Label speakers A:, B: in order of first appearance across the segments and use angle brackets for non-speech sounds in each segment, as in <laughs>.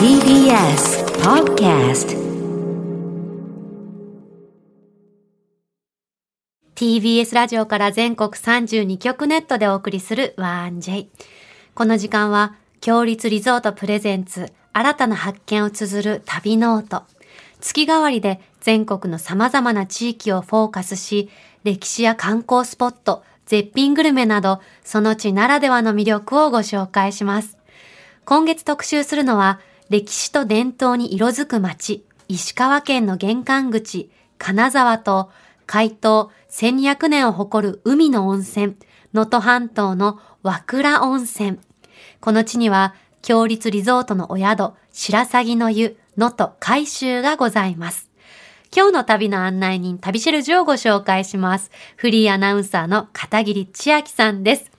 A: TBS Podcast
B: TBS ラジオから全国32局ネットでお送りする 1J。この時間は、強立リゾートプレゼンツ、新たな発見を綴る旅ノート。月替わりで全国の様々な地域をフォーカスし、歴史や観光スポット、絶品グルメなど、その地ならではの魅力をご紹介します。今月特集するのは、歴史と伝統に色づく街、石川県の玄関口、金沢と、海東1200年を誇る海の温泉、能登半島の和倉温泉。この地には、強立リゾートのお宿、白鷺の湯、能登海州がございます。今日の旅の案内人、旅シェルジュをご紹介します。フリーアナウンサーの片桐千秋さんです。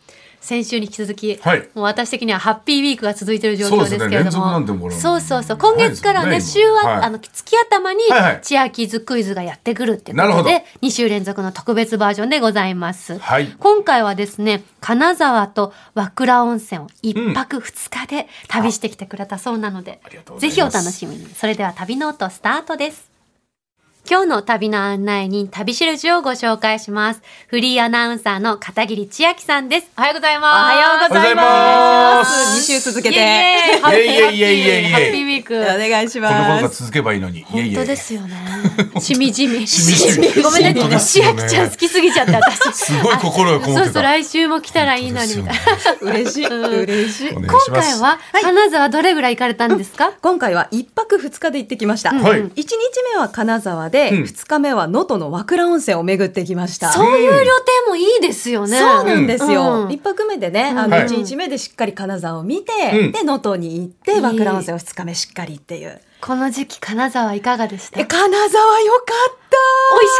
B: 先週に引き続き、
C: はい
B: もう私的にはハッピーウィークが続いている状況ですけれども。
C: そうですね連続なんてもう
B: そうそうそう。今月から
C: ない
B: ね、
C: です
B: 週
C: よね
B: は、
C: はい
B: あの、月頭に
C: はいは、い
B: 千秋ズクイズがやってくるっていうこ
C: なる
B: と
C: ほど
B: で、2週連続の特別バージョンでございます。
C: はい
B: 今回はですね、金沢と和倉温泉を1泊2日で旅してきてくれたそうなので
C: りがと、うござ
B: ぜ
C: いま
B: ひ
C: す
B: お楽しみに。それでは旅ノートスタートです。今日の旅の案内人、旅しるじをご紹介します。フリーアナウンサーの片桐千秋さんです。おはようございます。
D: おはようございま。
C: おはようございます
D: 二週続け
B: イエ
D: て
B: イイエイハッピーハッピー
C: イエイイエイイエイイエイ
B: ハッピーウィーク。
D: お願いし
C: このこと
D: ま
C: が
D: す。
C: 続けばいいのに。いや
B: 本
C: いや
B: 当
C: いや
B: で。すよね。しみじみ。
C: しみじみ
B: ごめん
C: 本当
B: ね。
C: です
B: 千
C: よね
B: 秋ちゃん好きすぎちゃって、私。
C: すごい心がこも
B: そ
C: っ
B: う
C: て
B: そう、
C: た。
B: 来週も来たらいいのに。みたいな
D: 嬉しい嬉しい。
C: お願
B: 今
C: いします
B: 回は、金沢どれぐらい行かれたんですか
D: 今回は一泊二日で行ってきました。
C: は
D: 一
C: い。
D: 日目は金沢で、
C: うん
D: 二日目は能登の和倉温泉を巡ってきました。
B: そういう旅程もいいですよね。
D: そうなんです
B: う
D: よ。
B: ん
D: 一、泊目でね、あ
C: は
D: の
C: い
D: 一日目でしっかり金沢を見て、
C: うん
D: で能登に行って
B: い
D: 和倉温泉を二日目しっかりっていう。
B: この時期、金沢いかがでした
D: え
B: 美味し
D: 金沢よか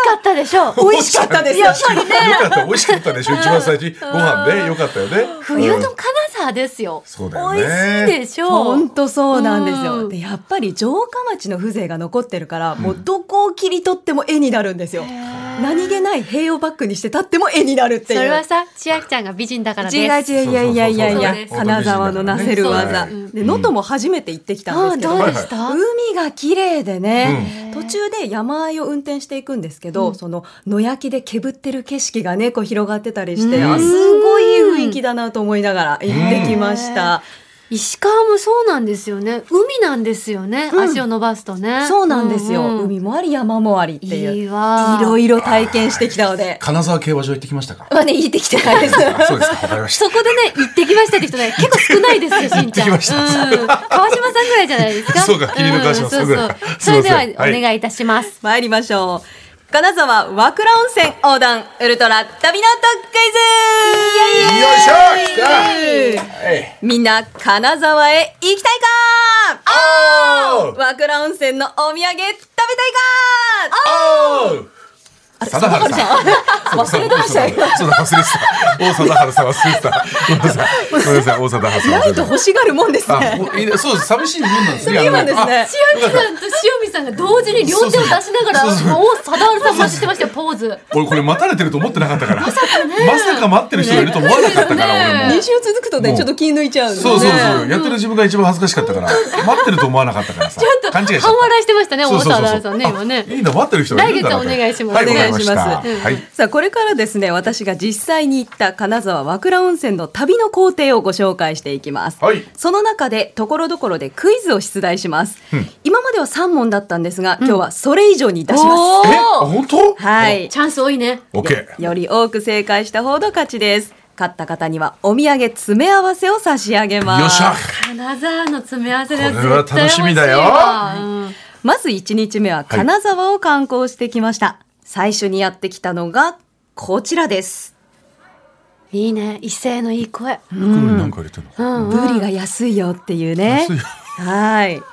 B: かったでしょ
D: った。美味しかったです。
C: やっぱりね。よかった。美味しかったでしょ。一番最初にご飯ね、よかったよね。
B: 冬
C: うん
B: の金沢ですよ。
C: そうだよね
B: 美味しいでしょ
D: 本当そうなんです
B: う
D: よ。
B: ん
D: で、やっぱり城下町の風情が残ってるから、もうどこを切り取っても絵になるんですよ。何気ない塀をバックにして立っても絵になるって
B: そ
D: いう。
B: れはさ、千秋ちゃんが美人だから
D: 違う
B: です。
D: 違ういやいやいやい
B: そうそうそうそう
D: や
B: です
D: 金沢のなせる技。
C: そう
B: です
D: で、能登も初めて行ってきたんですけど、
B: どう
C: は
B: で
C: い
B: した
D: 海が綺麗でね、
B: うん
D: 途中で山あいを運転していくんですけど、その野焼きでけぶってる景色がねこう広がってたりして、
C: うん
D: あすごいいい雰囲気だなと思いながら行ってきました。
B: 石川もそうなんですよね。海なんですよね。
D: うん
B: 足を伸ばすとね。
D: そうなんですよ、
B: うんうん
D: 海もあり山もありっていう
B: い
D: い
B: いわ
D: ろいろ体験してきたので
C: 金沢競馬場行ってきましたか。
D: まあね言ってきてないです
C: あそうですか。わかりまし
B: そこでね、行ってきましたって人ね、結構少ないですよ、しんちゃん。
C: <laughs> 行ってきました
B: うん。川島さんぐらいじゃないですか。
C: そうか君の川島さんぐらい
B: そうそう
C: すい
B: それ
C: ません
B: では、
C: はい
B: お願いいたします。
D: 参りましょう金沢和倉温泉横断ウルトラ旅の特
C: た。よいしょ来た
D: クイズ
C: はい。
D: みんな金沢へ行きたいか
C: おー
D: 和倉温泉のお土産食べたいか
C: おー
D: あれ
C: 貞治
D: 貞
C: さん
D: 治さん忘れてましたよ
C: そうだ、忘れてた。大貞治さん忘れてた。ごめんなさい。ごめんなさい、大貞治さん忘
D: ない
C: れて
D: と
C: た。
D: 欲しがるもんです
C: あ、
D: ね
C: ほいいねそうです。寂しいもんなんですね。
D: 次はですね
C: あ
B: 千秋さんと塩見さんが同時に両手を出しながら、
C: そうそう
B: もう、貞治さん走ってましたよ、ポーズ。
C: 俺これ待たれてると思ってなかったから。まさか待ってる人がいると思わなかったから、俺も。
D: 2週続くとねちょっと気抜いちゃうんでね
C: そうそうそう、やってる自分が一番恥ずかしかったから、待ってると思わなかったからさ。勘違いしちゃ
B: 半
C: っ
B: 笑いしてましたね、
C: た。
B: 大
C: そうそうそ
B: 貞治
C: う
B: さんね、今ね。
C: あいいな、待ってる人がいるんだな
B: 来月お願い
D: お願いし
B: します
C: はい、わかりした
D: ます
B: うん
C: はい。
D: <laughs> さあこれからですね私が実際に行った金沢和倉温泉の旅の工程をご紹介していきます、
C: はい
D: その中でところどころでクイズを出題します、今までは3問だったんですが今日はそれ以上に出します、
B: おー
C: え、あ本当
D: はい
B: チャンス多いね。
C: オッケー。
D: より多く正解したほど勝ちです勝った方にはお土産詰め合わせを差し上げます
C: よっしゃ。
B: 金沢の詰め合わせです。
C: これは楽しみだよ
B: 絶対欲しいわうん
D: まず1日目は金沢を観光してきました、最初にやってきたのがこちらです
B: いいね、威勢のいい声。
C: 袋になんか入れてる
B: う
C: の。
B: ん
D: ブリが安いよっていうね
C: 安いよ
D: はい。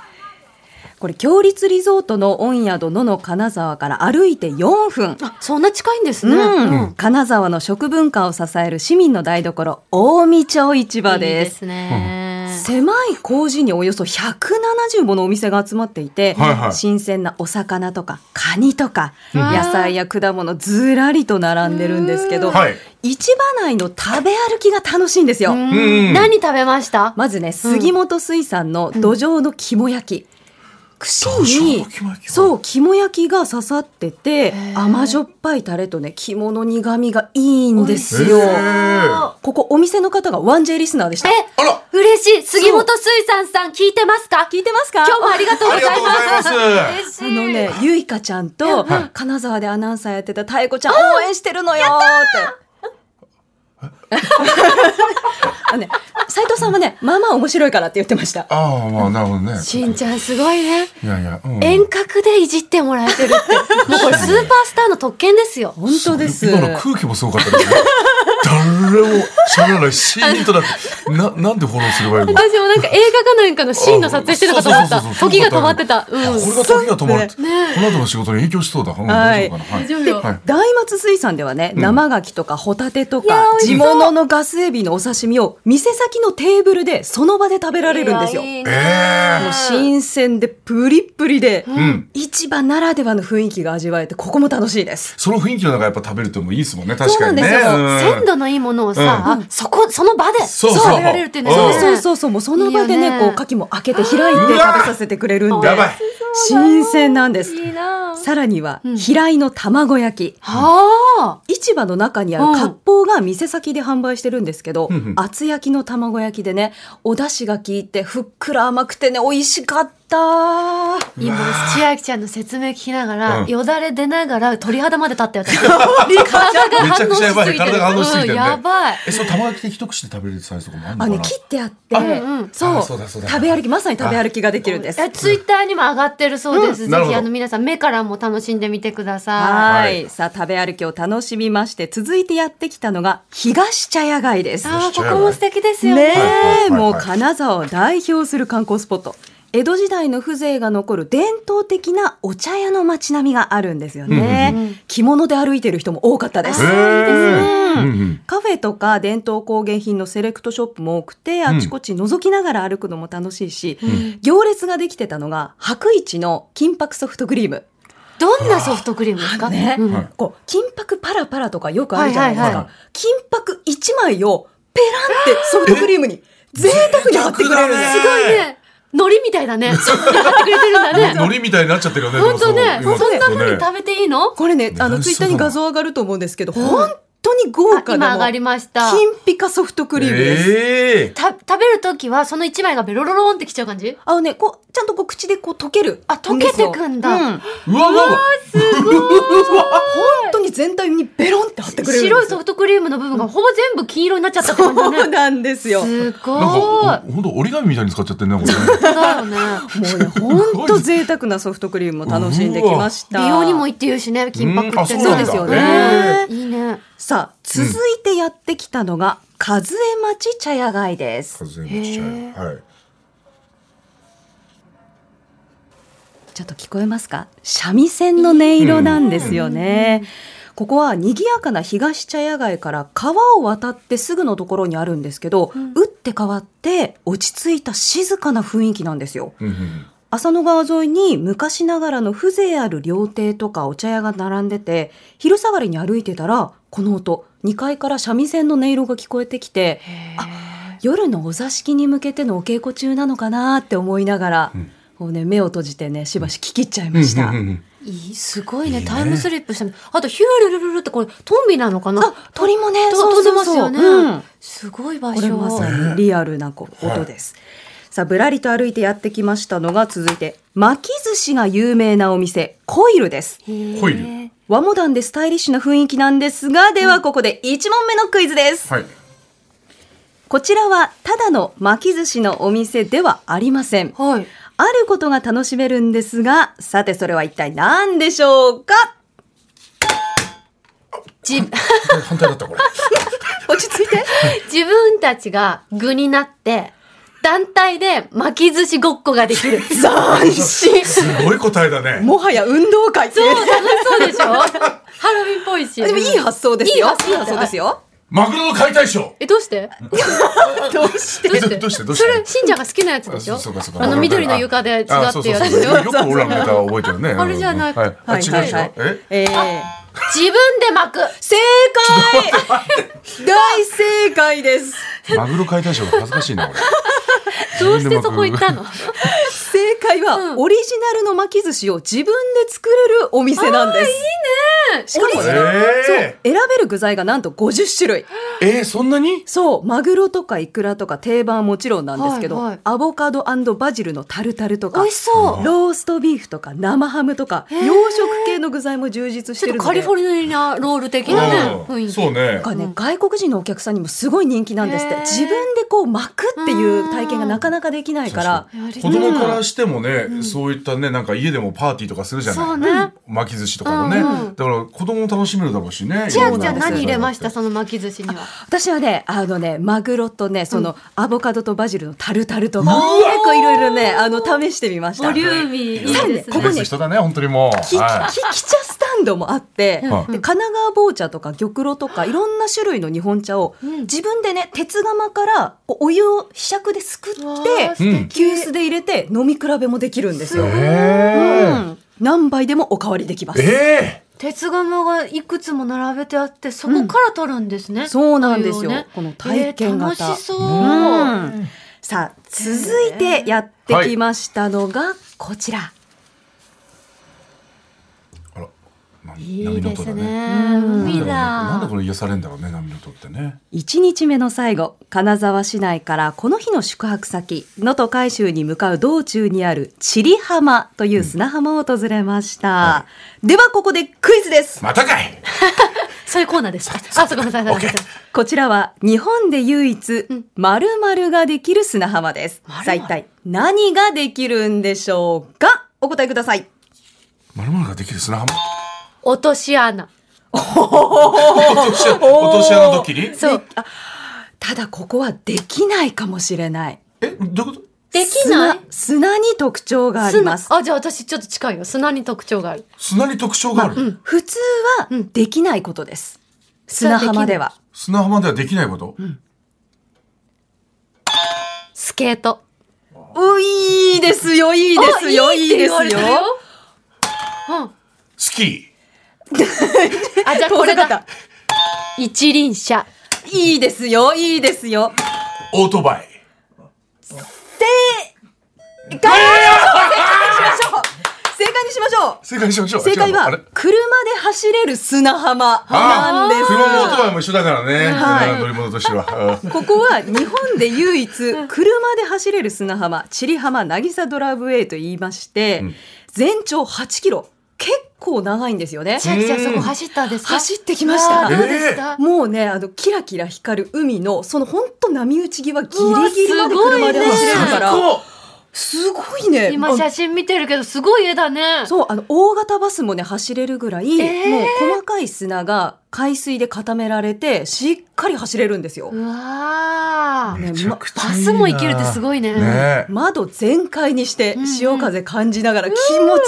D: これ、強立リゾートの御宿のの金沢から歩いて4分。
B: あ、そんな近いんです
D: う
B: ね。
D: ん、金沢の食文化を支える市民の台所、近江町市場
B: いいで
D: です。
B: すね。
D: 狭い工事におよそ170ものお店が集まっていて、
C: はいはい
D: 新鮮なお魚とかカニとか、
C: うん
D: 野菜や果物ずらりと並んでるんですけど、
C: はい
D: 市場内の食べ歩きが楽しいんですよ。
C: ん
B: 何食べました
D: まずね、杉本水産の土壌の肝焼き。串
C: 土壌
D: に
C: の肝焼き、
D: そう、肝焼きが刺さってて、甘じょっぱいタレとね、肝の苦味がいいんですよ
C: へ。ー
D: ここ、お店の方が 1J リスナーでした。
B: え
C: あら
B: 嬉しい杉本水産さん聞いてますか
D: 聞いてますか
B: 今日もありがとうございます
C: ありがとうございま
D: あ
B: 嬉しい
D: のね、ゆいかちゃんと、金沢でアナウンサーやってた妙子ちゃん応援してるのよって。 <laughs> あのね、斉藤さんはね、まあまあ面白いからって言ってました。
C: ああまあなるほどね
B: しんちゃんすごいね
C: いやいや、うん
B: 遠隔でいじってもらえてるってもうこれスーパースターの特権ですよ
D: 本当です。
C: 今の空気もすごかったですね誰も喋らないシーンとなってななんでフォローすればいいの
B: 私もなんか映画かなんかのシーンの撮影してるのかと思った
C: そうそうそうそう
B: 時が止まってたうん
C: これが時が止まるって、この後の仕事に影響しそうだ、うん、
D: は
C: 大
D: い
C: 丈夫かなは
B: 大
C: い
B: 丈夫よ
C: はい
D: 大松水産ではね、生牡蠣とかホタテと
B: いや
D: か、
B: 美味
D: 地
B: しそう
D: 物のガスエビのお刺身を、店先のテーブルで、その場で食べられるんですよ。
B: いやいい
C: え
B: ね
C: え
D: もう新鮮でプリップリで、
C: ん
D: 市場ならではの雰囲気が味わえて、ここも楽しいです。
C: その雰囲気の中やっぱ食べるってもいいですもんね
D: そ
C: 確
D: うな
C: か
D: ん
C: に
D: で
C: ね
D: すよ
B: 鮮度のいいものをさそこその場で
C: そうそう
B: 食べられるっていうの
C: ん
D: そう
B: が
D: そう
B: う
D: そうそう、もうその場で
B: いい
D: ね、
B: よね
D: こう、牡蠣も開けて開いて食べさせてくれるん
C: やばい
D: で、新鮮なんです。
B: いいな
D: さらには
B: う、ん
D: 平井の卵焼き。
B: はあ
D: 市場の中にあ
B: う
D: る
B: ん
D: 割烹が店先で販売してるんですけど、
C: うんうん
D: 厚焼きの卵焼きでね、お出汁が効いて、ふっくら甘くてね、美味しかった。
C: <laughs>
B: 今千秋ちゃんの説明聞きながら、
C: うん
B: よだれ出ながら鳥肌まで立ったよ私体が
C: めちゃくちゃやばい体が反応しすぎ
B: う
C: てる
B: ん
C: ね
B: やばい
C: えその玉焼きで一口で食べれるサイズとかもあるの
D: あ
C: か
D: のね
C: な、
D: 切ってあって、
B: うんうん
D: そう
C: あそうだそうだ
D: 食べ歩き、まさに食べ歩きができるんです。
B: えツイッターにも上がってるそうです、
C: う
B: ぜ
C: んなるほ
B: ひ
C: ど
B: あの皆さん目からも楽しんでみてくださ
D: は
C: はい
D: い。さあ、食べ歩きを楽しみまして、続いてやってきたのが、東茶屋街です
B: い。あーここも素敵ですよね
D: ね
C: はいはいはい
D: え、もう金沢を代表する観光スポット。江戸時代の風情が残る伝統的なお茶屋の街並みがあるんですよね。着物で歩いてる人も多かったです。
C: へえうんうん
D: カフェとか伝統工芸品のセレクトショップも多くて、あちこち覗きながら歩くのも楽しいし、行列ができてたのが、白一の金箔ソフトクリーム。
B: どんなソフトクリームですか
D: ね、
B: うん
C: はい
D: こう金箔パラパラとかよくあるじゃないですか、
B: はいはい
C: は
D: 金箔一枚をペランってソフトクリームに贅沢に貼ってくれるんです
B: すごいね海苔みたいだ
C: <laughs>
B: ねやってくれてるんだ
C: 海
B: ね
C: 苔みたいになっちゃってるよね
B: 本当ね
C: でも
B: そ
C: うん
B: な風に
C: ね
B: 食べていいの
D: これねあの
C: ね
D: ツイッターに
C: そうだ
D: 画像上がると思うんですけど、本当に豪華
B: 今
D: な
B: 上
D: も
B: が
D: う
B: り
D: 金
B: ました
D: ピカソフトクリームです、
C: ええ
B: た食べるときはその一枚がベロロロンってきちゃう感
D: <laughs>
B: じ
D: あのねこうちゃんとこう口でこう溶ける
B: あ溶けてくんだ
D: う本
C: うわうわうわ
D: 当に全体にベロンって貼ってくれるんです
B: 白いソフトクリームの部分がほぼ全部金色になっちゃったって感じ
D: そう
B: だね
D: なんですよ
B: すごい
C: なんかお本当折り紙みたいに使っちゃってるねこれね
B: だよね
D: <laughs> もうね本当贅沢なソフトクリームも楽しんできました
B: 美容にもいいって言うしね金箔
C: うん
B: っ
C: あ
B: て
C: そ
B: ね
C: う
D: なんだそうですよね
B: いいね
D: さあ、続いてやってきたのが、和江町茶屋街です。
C: 風もちっちゃいはい
D: ちょっと聞こえますか三味線の音色なんですよね。ここは賑やかな東茶屋街から川を渡ってすぐのところにあるんですけど、打って変わって落ち着いた静かな雰囲気なんですよ。
C: うんうん
D: 浅野川沿いに昔ながらの風情ある料亭とかお茶屋が並んでて、昼下がりに歩いてたら、この音、2階から三味線の音色が聞こえてきて、あ、夜のお座敷に向けてのお稽古中なのかなって思いながら、こうね、目を閉じてね、しばし聞き入っちゃいました。
C: うんうんうん
B: いいすごいねタイムスリップしたねあとヒュールルルルってこれトンビなのかな
D: あ、鳥もね、
B: と
D: そう
B: 飛んで
D: そう
B: ます
D: そう。
B: よね、
D: うん
B: すごい場
D: これま
B: 所
D: さにリアルなこう
C: はい
D: 音です。さあ、ぶらりと歩いてやってきましたのが、続いて、巻き寿司が有名なお店、コイルです。
C: コイ
B: ル
C: ル
D: 和モダンでスタイリッシュな雰囲気なんですが、ではここで1問目のクイズです。
C: はい
D: こちらはただの巻き寿司のお店ではありません。
B: はい
D: あることが楽しめるんですが、さてそれは一体何でしょうか <laughs>
B: じ
C: 反対だったこれ
D: 落ち着 <laughs> いて。
B: 自分たちが具になって団体で巻き寿司ごっこができるそう
D: 斬新。
C: すごい答えだね
D: もはや運動会っていう <laughs>
B: 楽しそうでしょハロウィンっぽいし
D: でもいい発想ですよ。
B: いい発想
D: ですよ。
C: マグロの解体ショー
B: え、どうして
D: どうして
B: どうして
C: どうしてどうし
B: そ
C: て
B: れ、しんちゃんが好きなやつでしょ
C: あそうかそうか
B: あの、緑の床で違ってや
C: あ
B: つ
C: そう
B: で
C: そう
B: しょ
C: そうよくオランウータンは覚えてるね。
B: あれじゃない
C: うんはい。あ、違うでしょえ
D: えー
B: 自分で巻く
D: 正解 <laughs> 大正解です
C: マグロ解体ショーが恥ずかしいな、俺。
B: どうしてそこ行ったの
D: 正解は、オリジナルの巻き寿司を自分で作れるお店なんです。いいねしかも、
C: え
D: そう選べる具材がなんと50種類。
C: ー、
B: <laughs>
C: えー、そんなに
D: そう、マグロとかイクラとか定番はもちろんなんですけど、
B: はいはい
D: アボカドバジルのタルタルとか
B: 美味、しそう
D: ローストビーフとか生ハムとか、洋食系の具材も充実し
B: ち
D: て
B: ょっ
D: る
B: と
D: の
B: カリ
D: で。
B: フォルニアロール的なね
C: う
B: 雰囲
C: ん
B: 気
C: そうね
D: なん。かね、外国人のお客さんにもすごい人気なんですって
B: へー
D: 自分でこう巻くっていう体験がなかなかできないから
B: やりた
C: 子
B: い
C: 供からしてもね、そういったね、なんか家でもパーティーとかするじゃない。
B: そうね
C: 巻き寿司とかもね、
B: うん
C: だから子供も楽しめるだろうしね。
B: 千秋
C: い
B: ち
C: ろ
B: ゃ
C: ん
B: ん
C: な
B: 何入れました
C: だって
B: その巻き寿司には
D: 私はねあのねマグロとねそのアボカドとバジルのタルタルとか結構いろいろねあの試してみました
B: ボリューミーいい
D: さらにね
B: です
D: こ
B: ね
D: こ
C: 試す
D: に
C: 人だね、本当にもう。
D: きき
C: は
D: き茶スタンドもあって、
C: ん
D: で神奈川棒茶とか玉露とかいろんな種類の日本茶を自分でね鉄釜からこうお湯をひしゃくですくっ
B: わあ
D: て
B: 素
C: うん
B: 敵
D: 急須で入れて飲み比べもできるんですよ。
C: い。
D: う
C: え
D: ん何杯でもおかわりできま
C: ー、
D: す。
C: え
B: 鉄釜がいくつも並べてあってそこから取るんですね、
D: そうなんです
B: お湯
D: よ
B: をね。
D: この体験型。
B: えー楽しそう、
D: うんさあ、続いてやってきましたのが、こちら。
C: ー、あら、ない波
B: い
C: の
B: で
C: 音
B: す
C: だ
B: ね
C: ね。
B: 海
C: なんで
B: だ
C: これ癒されんだろうね、波の音ってね。
D: 1日目の最後、金沢市内からこの日の宿泊先、能登海州に向かう道中にある、千里浜という砂浜を訪れました。では、ここでクイズです。
C: またかい
B: そういうコーナーでしたあそうごめんなさいごめんなさい
D: こちらは、日本で唯一、〇〇ができる砂浜です。さあ、一体何ができるんでしょうかお答えください。
C: まるまるができる砂 <laughs> 浜。
B: 落とし穴
C: 落とし穴、落とし穴ドッキリ
B: そう
D: ただここはできないかもしれない。
C: え、どういうこと
B: できない
D: 砂砂に特徴があります。
B: 砂あじゃあ私ちょっと近いよ砂に特徴がある
C: 砂に特徴がある、
D: 普通はできないことです。砂浜では。
C: 砂浜ではできないこと、
B: スケート
D: ういいですよ、いいですよ、
B: あ
D: いいですよ。
B: って言われたうん
C: スキ
B: あじゃあこ
D: こ
B: れ
D: れ
B: だ
D: だ。
B: 一輪車
D: いいですよ、いいですよ。
C: ーオートバイ
D: 正解にしましょう正解にしましょう
C: 正解
D: 正解
C: しましょう違うのあれ
D: は、車で走れる砂浜なんです。
C: 車もオートバイも一緒だからね、
D: はい
C: うん乗り物としてはうん
D: ここは日本で唯一車で走れる砂浜、チリ浜渚ドライブウェイと言いまして、
C: ん
D: 全長8キロ。結構長いんですよね。
B: 千秋ちゃんそこ走ったんですか
D: 走ってきました
B: あーどうでした、
D: もうね、あの、キラキラ光る海の、そのほんと波打ち際ギリギリまで
B: うわすご
D: 車
B: いね
D: で走れるから、
C: こ
D: すごいね。
B: 今写真見てるけどすごい絵だね
D: そう、あの、大型バスもね、走れるぐらい、
B: えー
D: もう細かい砂が海水で固められて、しっかり走れるんですよ。
B: うわー
C: めちゃくちゃいい
B: バ
C: な
B: スも行けるってすごいね
C: ねえ
D: 窓全開にして
B: んうん
D: 潮風感じながら気持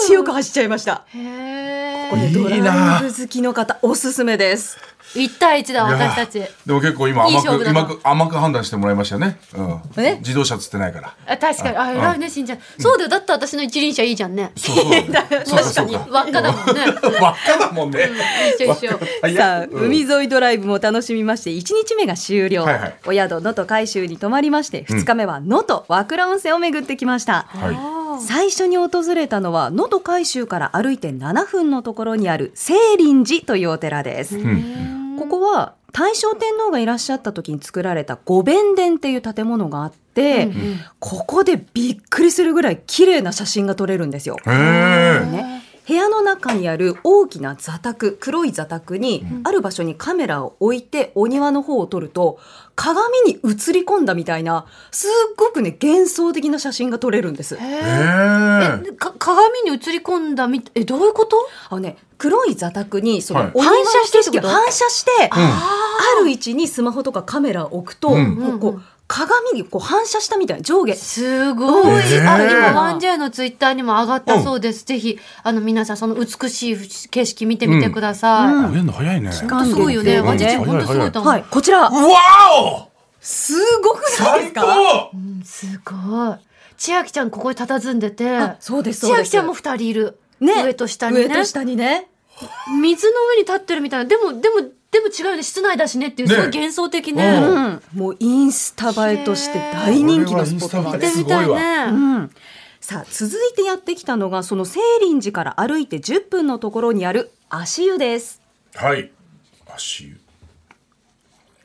D: ちよく走っちゃいました。
B: へ
D: これ
B: え
C: い
D: ド
C: い
D: ラ
C: な
D: イブ好きの方おすすめです。
B: 一対一だ
C: いや
B: 私たち
C: でも結構今
B: いい
C: 甘
B: 勝負
C: く
B: だな
C: 甘く甘く判断してもらいましたね,、うん、
D: ね
C: 自動車つってないから
B: あ確かにあ偉いねしんちゃんそうだよだって私の一輪車いいじゃんね
C: そうそうだねそうか
B: 確か
C: そう
B: に
C: か
B: 輪っかだもんね
C: <laughs> 輪っかだもんね、
B: 一緒一緒
C: はい
D: さあ、
C: うん
D: 海沿いドライブも楽しみまして、1日目が終了。
C: はいはい
D: お宿、能登海州に泊まりまして、2日目は能登和倉温泉を巡ってきました。
C: は
D: 最初に訪れたのは、能登海州から歩いて7分のところにある清林寺というお寺です。
C: い、うん、
D: ここは大正天皇がいらっしゃった時に作られた御弁殿っていう建物があって、ここでびっくりするぐらい綺麗な写真が撮れるんですよ。
C: へえ
D: ね、部屋の中にある大きな座卓黒い座卓に、ある場所にカメラを置いてお庭の方を撮ると鏡に映り込んだみたいなすっごくね幻想的な写真が撮れるんです。
C: ええ
B: えか鏡に映り込んだみえどういうこと
D: あのね、黒い座卓にそ
C: は
D: の
C: い
D: お庭の
B: 反射してって
D: 景
B: こと
D: 色を反射して、
C: ん
D: ある位置にスマホとかカメラを置くと、
C: うん
D: もうこ
B: うんう
D: うん鏡にこう反射したみたいな上下
E: すごい。
C: えー
E: あ、今、ワンジェイのツイッターにも上がったそうです。ぜひ、あの、皆さん、その美しい景色見てみてください。
D: うん
C: 増えるの早いね。
D: 期
E: 本
D: 間
E: 当すごいよね。
D: うん
E: ワンジェイ、
C: うん
E: 本当すごいと思う。
D: はいこちら
C: うわお
D: すごくないです
C: 最
D: か
C: 高
E: うんすごい。千秋ちゃん、ここに佇んでて。
D: あそうです
E: 千
D: そうで
E: 秋
D: す
E: ちゃんも二人いる。
D: ね
E: 上と下にね。
D: 上と下にね
E: 水の上に立ってるみたいな。でも、でも、でも違うよね。室内だしねっていう、
C: ね
E: すごい幻想的ね。行
C: うん
D: うん、もうインスタ映えとして大人気のスポットなん
C: こ
E: っ
D: で
E: て
C: れ
D: す。
E: みたい
C: すご
D: う
C: い
E: ね。
D: ん、さあ続いてやってきたのがその聖林寺から歩いて10分のところにある足湯です。
C: はい。足湯。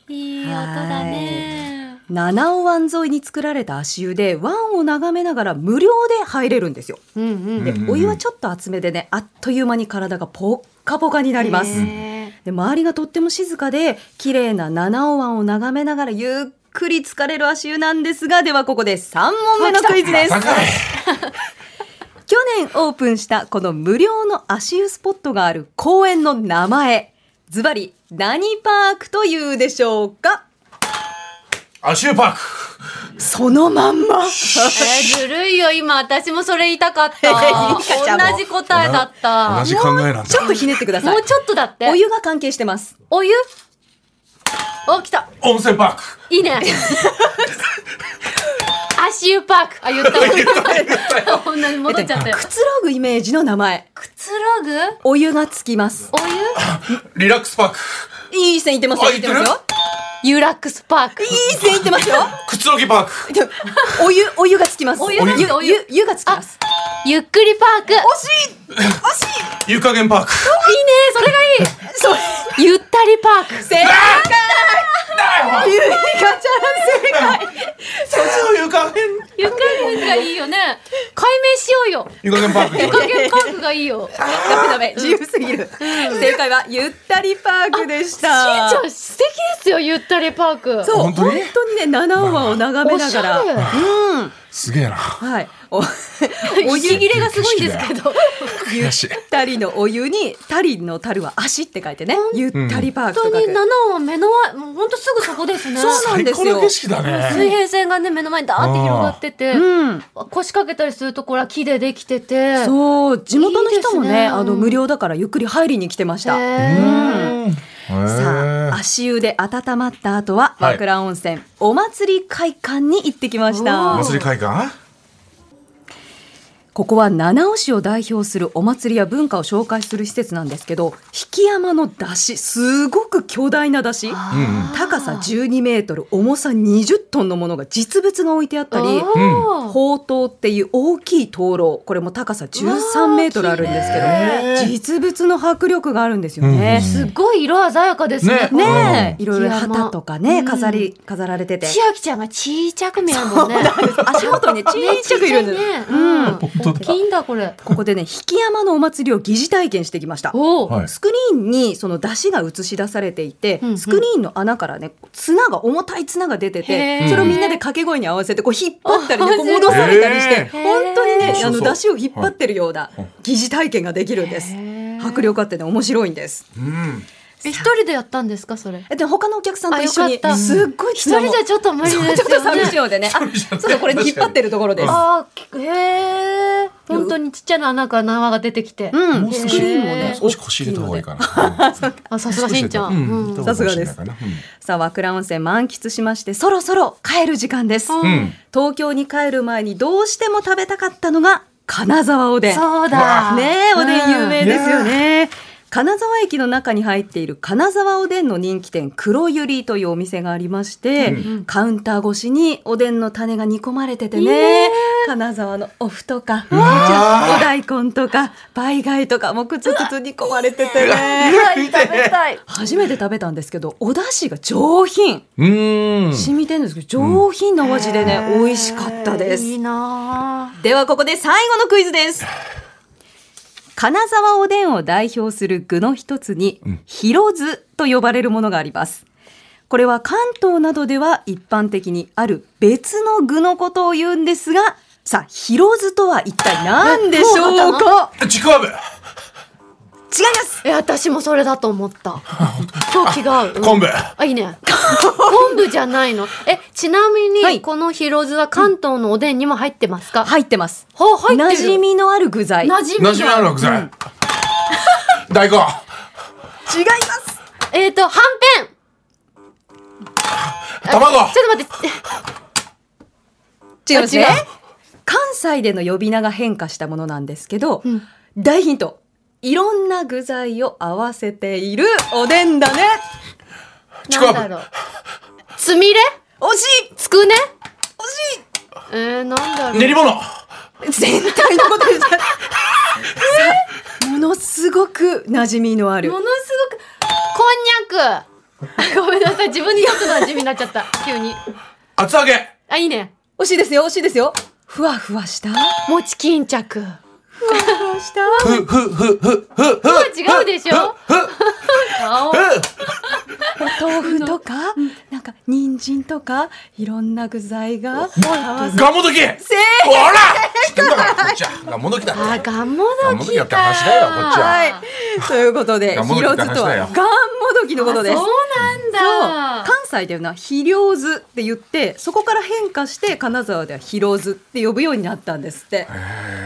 B: いい音だね。
D: 七尾湾沿いに作られた足湯で湾を眺めながら無料で入れるんですよ。
E: うんうん。
D: で
C: うんうん
D: お湯はちょっと厚めでねあっという間に体がポッカポカになります。
E: へー
D: で周りがとっても静かで綺麗な七尾湾を眺めながらゆっくり疲れる足湯なんですがではここで3問目のクイズです。
C: 高い。
D: 去年オープンしたこの無料の足湯スポットがある公園の名前ズバリ何パークというでしょうか
C: 足湯パーク。
D: そのまんま
B: えーずるいよ、今、私もそれ言 <laughs> いたかった。
D: いいかちゃんも
B: 同じ答えだっ
C: 同
B: た。
C: じ考えなん
D: ち
C: だ。
D: ょっとひねってくださ
B: も
D: いう
B: ちょっとだって。
D: お湯が関係してます
B: お湯お、来た。
C: 温泉パーク。
B: いい <laughs> ね。足湯パーク。あ、言った。同じ戻っちゃったよ。
D: くつろぐイメージの名前
B: くつろぐ
D: お湯がつきます
B: お湯
C: リラックスパーク。
D: いい線いってますよ
C: あ
D: いってます
C: い
D: よ
B: ユーラックスパーク。
D: いい線いってますよ
C: くつろぎパーク。
D: でもお湯お湯がつきます
B: お湯なんだお湯
D: ゆゆ湯がつきます
B: ゆっくりパー
D: 惜
B: ク。
D: しい惜しい
C: 湯加減パーク。
B: いいね、それがい
D: それ
B: い。ゆったりパーク。
D: 正解
C: だよ
D: ゆいかちゃん正解
C: そう湯加減。
B: ゆっくりがいいよね。解明しよう <laughs> よ。
C: 湯加減パーク行きましょ
B: 加
C: う。
B: 減パークがいいよ。しん
D: ダメダメ自由すぎる、正解はゆったりパークでした
B: ちゃん素敵ですよ、ゆったりパーク。
D: そう本
C: 本
D: 当
C: 当
D: に
C: に
D: ね七尾湾を眺め
B: お
D: な
B: し
D: がら
B: ゃれ。
C: すげえな。
D: はいおお
B: お
D: 湯
B: 湯
D: ゆっ
B: 切れがすごいんですけど。
C: 悔しい。
D: たりのお湯に「たり」の「たる」は足って書いてねゆったりパークと書
B: 本当
D: く、
B: に七尾は目の前、もう本当すぐそこですね。
D: そうなん
C: 最
D: です
C: 高
D: よ
C: の景色だ
B: 水
C: ね。
B: 平線がね、目の前にダーって広がってて、
D: うん
B: 腰掛けたりするところは木でできてて。う。
D: そう地元の人もね
B: いいですね
D: あの無料だからゆっくり入りに来てました、
C: うん。
D: さあ
C: へえ
D: 足湯で温まった後は
C: はい
D: 和倉温泉、お祭り会館に行ってきました
C: お祭り会館
D: ここは七尾市を代表するお祭りや文化を紹介する施設なんですけど引山の出汁すごく巨大な出汁
C: うん
D: 高さ12メートル重さ20トンのものが実物が置いてあったり
B: おー
D: 宝刀っていう大きい灯籠これも高さ13メートルあるんですけど
C: 麗
D: 実物の迫力があるんですよね。
C: うん
B: すごい色鮮やかですね。
C: ね
B: これ
D: ねえ
C: う
D: いろいろ
B: 引山
D: 旗とかね飾り飾られてて
B: 千秋ちゃんがちいちゃく見えるもん <laughs> ね。
D: <laughs> 足元にねちっちゃくいるんです。
B: ね。
D: うん
B: 大きいんだ、これ。
D: ここでね引山のお祭りを疑似体験してきました。
B: おー
C: はい
D: スクリーンにその出汁が映し出されていて、
B: うんうん
D: スクリーンの穴からね綱が重たい綱が出て
B: へ
D: て
B: ー
D: それをみんなで掛け声に合わせてこう引っ張ったりね
B: あ
D: こう戻されたりして
C: へー
D: 本当に
C: 面
D: ねあ
C: 白
D: の
C: そう
D: 出汁を引っ張ってるような疑似体験ができるんです
B: へー
D: 迫力あってね面白いんです
C: うん。
B: え、一人でやったんですか、それ。
D: えで他のお客さんと一緒
B: あ
D: に
B: よかった
D: すっごい
B: 一人じゃちょっと無理ですよね。
D: ちょっと寂しいのでねあ
C: じゃ
D: そうだこれに引っ張ってるところです
B: あーきへえ。本当にちっちゃな穴から縄が出てきて。
D: うん
C: もう少
D: スク
C: し
D: リーンもね
C: 少し腰入れた方がいいかな。
B: あ、さすがしんちゃん。
C: うん
B: <laughs> うん
D: さすがです。さあ和倉温泉満喫しましてそろそろ帰る時間です、
C: うん。
D: 東京に帰る前にどうしても食べたかったのが金沢おでん
B: そうだ。
D: ねえおでん有
B: うん
D: 名ですよね。金沢駅の中に入っている金沢おでんの人気店黒ゆりというお店がありまして、カウンター越しにおでんの種が煮込まれててね金沢のお麩とかお
C: わ
D: 大根とか梅貝とかもくつくつ煮込まれててね
C: 見て。
D: 初めて食べたんですけどお出汁が上品
C: うん。
D: 染みてるんですけど上品なお味でね、美味しかったです。
B: いいな
D: ではここで最後のクイズです。 <laughs> 金沢おでんを代表する具の一つに、ひろずと呼ばれるものがあります。これは関東などでは一般的にある別の具のことを言うんですが、さあ、ひろずとは一体何でしょうか
C: ちくわぶ。
D: 違います
B: ぁえ、私もそれだと思った。今日気が合う。うん
C: 昆布
B: あ、いいね。昆布じゃないの。え、ちなみに、
D: はい
B: このヒロズは関東のおでんにも入ってますか、
D: 入ってます。
B: ほ、入って
D: 馴
B: る。
D: 染。みのある具材。違いま
B: 馴染み。
C: なじみあるわ具材。
B: <laughs>
C: 大
D: す。
C: 根。
B: えっ、と、はんぺん。
C: 卵。
B: ちょっと待って。
D: 違います
B: あ
D: ね
B: 違う。
D: 関西での呼び名が変化したものなんですけど、
B: うん
D: 大ヒント。いろんな具材を合わせているおでんだね。
C: ちくわぶ
B: なんだろう。つみれ
D: 惜しい
B: つくね
D: 惜しい
B: えー、なんだろう。
C: 練り物。
D: 全体のことじゃ <laughs> ないさあものすごく馴染みのある
B: ものすごく、こんにゃく。ごめんなさい、自分によく馴染みになっちゃった。急に。
C: 厚揚げ。
B: あ、いいね。
D: 惜しいですよ惜しいですよふわふわしたふわ
B: 餅巾着。こ
D: ふわした
C: ふ、ふ、ふ、ふ、ふ、ふ。
B: れ違うでしょ
C: ふ、
B: 顔
C: ふ。
D: お豆腐とかなんか人参とかいろんな具材が合わせ
C: ガモド
B: <laughs>
C: キ。
D: 正
C: ほら。知ってんだから、こっちは。ガモドキだって。
B: あ、ガンモ
C: ガ
B: ド
C: モド
B: キ
C: キだって話だよ、こっちは。
D: 解ということで
C: <laughs> ガンモ
D: ひ
C: ドキ
D: ろ
C: って
D: ずと
C: 話だよ
D: はガンモドキのことです
B: そうなんだ
D: 関。西ではな肥料図って言ってそこから変化して金沢では肥料図って呼ぶようになったんですって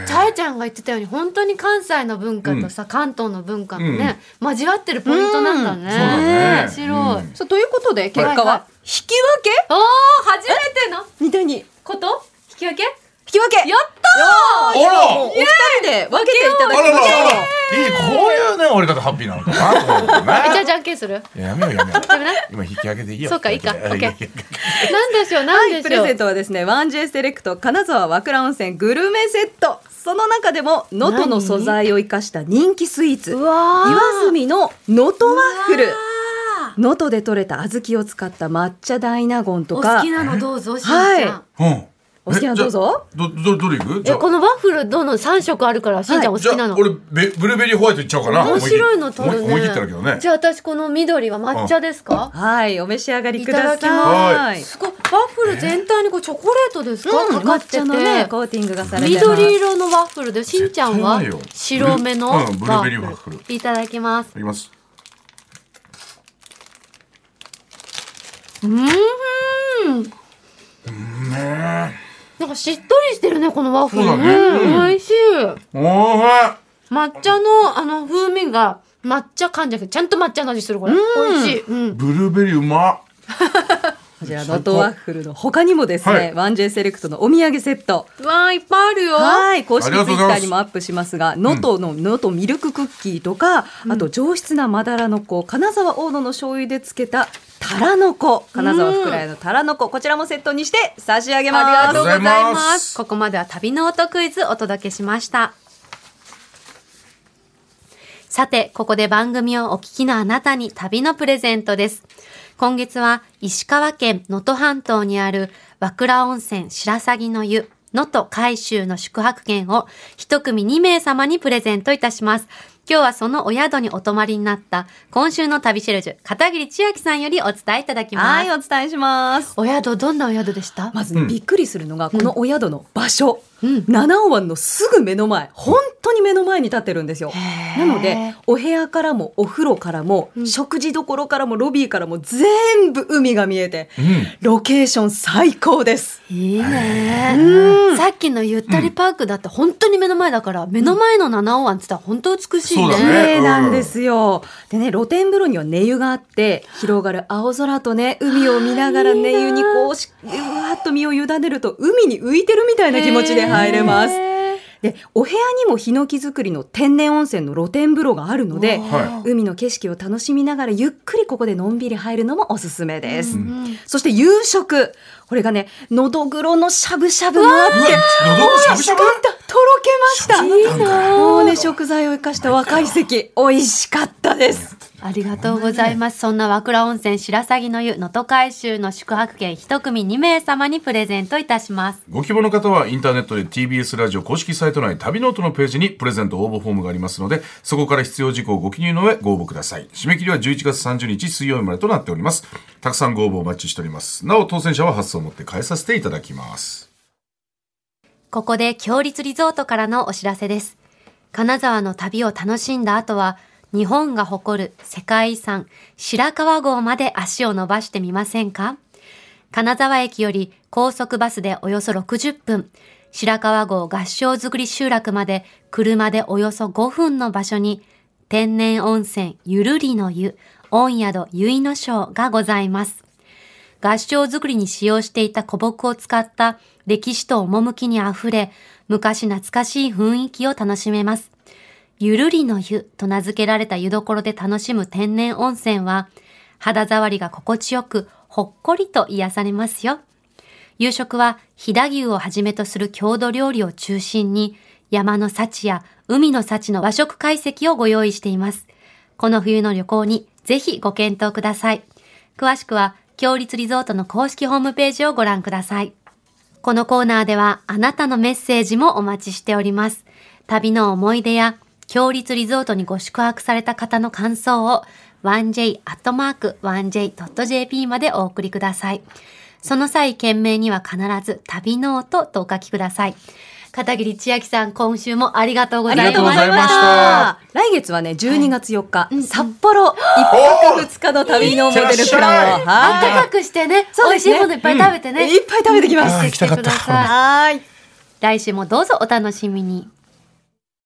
B: さえちゃんが言ってたように本当に関西の文化とさ、関東の文化のね、交わってるポイントなんだね。
C: そうだね
B: 面白い。
C: うん
D: そうということで結果
B: はい
D: は
B: は
D: 引き分け
B: おー初めての
D: みたいに
B: こと引き分け
D: 引き分け
B: やった
C: あら
D: お二人で分けていた
C: あ
D: だ
C: ら
D: き
C: ら
D: まし
C: ら
D: ょ
C: ら。いい、こういうね、俺方ハッピーなのかなこういうの
B: ー <laughs> えじゃあ
C: ね。
B: じゃんけんする
C: いややめようやめよう。
B: ダメだ
C: 今引き上げていいよ。
B: そうかいいか
C: 引き上げて
B: オッケなんでしょうなん
D: う
B: で
D: プ
B: し
D: レ
B: ょう、
D: ゼントはですね 1J セレクト金沢和倉温泉グルメセットその中でも能登の素材を生かした人気スイーツ
B: う
D: 岩
B: わー
D: 住の能登ワッフル能登で採れた小豆を使った抹茶大納言と
B: お
D: か
B: 好きなのどうぞしんち
D: はい
B: ゃん、
C: うん。
D: お好きなの
C: えじゃあ
D: どうぞ
C: ど、ど、どれいくじ
B: え
C: ゃあ
B: このワッフルどの3色あるからしんちゃんお好き
C: じゃ
B: な
C: あ
B: の、
C: 俺ベブルーベリーホワイトいっちゃおうかな
B: 面白いの取るね
C: 思い切って思い切ったらけどね
B: じゃあ私この緑は抹茶ですか、
D: はいお召し上がりくだ
B: いただき
D: さい
B: すごいワッフル全体にこうチョコレートですか、
D: うん
B: かかっ
D: 抹
B: てて
D: 茶のねコーティングがされてます
B: 緑色のワッフルでしんちゃんは
C: 絶対うまいよ
B: 白目のワ
C: うんブルーベリーワ
B: ッ
C: ッフ
B: フ
C: ル
B: ルいただきます
C: いきます
B: うん
C: ね
B: なんかしっとりしてるねこのワッフル
C: そう
B: ね
C: だねうん
B: 美味しい
C: えおいし
B: 抹茶のあの風味が抹茶感じゃなくてちゃんと抹茶の味するこれ美味しい、うん
C: い、ブルーベリーうま
D: こちら能登ワッフルの他にもです
C: は
D: ね
C: い
D: 1J セレクトのお土産セット
B: うわーいっぱいあるよ
D: はい、公式ツイ
C: ありがとう
D: ッ
C: ご
D: タ
C: ざいます
D: ーにもアップしますが、能登の能登ミルククッキーとか、あと上質なまだらのこ、金沢大野の醤油で漬けたたらのこ、金沢ふくらやのたらのこ、こちらもセットにして差し上げます。
B: ありがとうござい
C: ありがとうござい
B: ま。
C: ますす
B: ここまでは旅の音クイズお届けしました。さて、ここで番組をお聞きのあなたに旅のプレゼントです。今月は石川県能登半島にある和倉温泉白鷺の湯能登海州の宿泊券を一組2名様にプレゼントいたします。今日はそのお宿にお泊まりになった今週の旅シェルジュ片桐千秋さんよりお伝えいただきま
D: は
B: す。
D: い、お伝えします。
B: お宿どんなお宿でした
D: まずね、びっくりするのが、このお宿の場所。
B: うん
D: 七尾湾のすぐ目の前、本当に目の前に立ってるんですよ。
B: へ
D: な
B: ー
D: ので、お部屋からもお風呂からも、食事どころからもロビーからも全部海が見えて、ロケーション最高です。
B: いいね。さっきのゆったりパークだって本当に目の前だから、目の前の七尾湾って言ったら本当美しい
C: そうだ
B: ね。
C: ね
D: 綺麗なんですよ。でね、露天風呂には寝湯があって、広がる青空とね、海を見ながら寝湯にこうし、うわーっと身を委ねると、海に浮いてるみたいな気持ちで入れます。で、お部屋にもヒノキ作りの天然温泉の露天風呂があるので、
C: は
D: 海の景色を楽しみながらゆっくりここでのんびり入るのもおすすめです。
B: ん
D: そして夕食。これがね、のどぐろのしゃぶしゃぶもあって、
C: うわのどぐろしゃぶしゃぶ
D: 美味かったとろけました
C: しゃぶしゃぶなんだ
D: もうね、食材を生かした若い席、美味しかったです。
B: ありがとうございます。そんな和倉温泉白鷺の湯、能登海州の宿泊券一組2名様にプレゼントいたします。
C: ご希望の方はインターネットで TBS ラジオ公式サイト内旅ノートのページにプレゼント応募フォームがありますのでそこから必要事項をご記入の上ご応募ください締め切りは11月30日水曜日までとなっておりますたくさんご応募お待ちしておりますなお当選者は発送をもって返させていただきます
F: ここで強立リゾートからのお知らせです。金沢の旅を楽しんだ後は、
B: 日本が誇る世界遺産白川郷まで足を伸ばしてみませんか金沢駅より高速バスでおよそ60分、白川郷合掌造り集落まで車でおよそ5分の場所に、天然温泉ゆるりの湯、温宿ゆいの章がございます。合掌造りに使用していた古木を使った歴史と趣にあふれ、昔懐かしい雰囲気を楽しめます。ゆるりの湯と名付けられた湯どころで楽しむ天然温泉は、肌触りが心地よく、ほっこりと癒されますよ。夕食は飛騨牛をはじめとする郷土料理を中心に、山の幸や海の幸の和食懐石をご用意しています。この冬の旅行にぜひご検討ください。詳しくは、強立リゾートの公式ホームページをご覧ください。このコーナーではあなたのメッセージもお待ちしております。旅の思い出や、強立リゾートにご宿泊された方の感想を 1j.1j.jp までお送りください。その際、件名には必ず旅ノートとお書きください。片桐千秋さん、今週もありがとうございました。
C: ありがとうございました
D: 来月はね、12月4日、札幌、一泊二日の旅のモデルプラン
G: あ
D: を。
G: った
D: は
G: かくしてね、
D: そう
G: 美味し
D: ですね
G: いものいっぱい食べて
D: い
G: ね。
D: いっぱい食べてきま
C: あー
D: す。
C: 行きたかった
G: してください
D: はーい。
G: 来週もどうぞお楽しみに。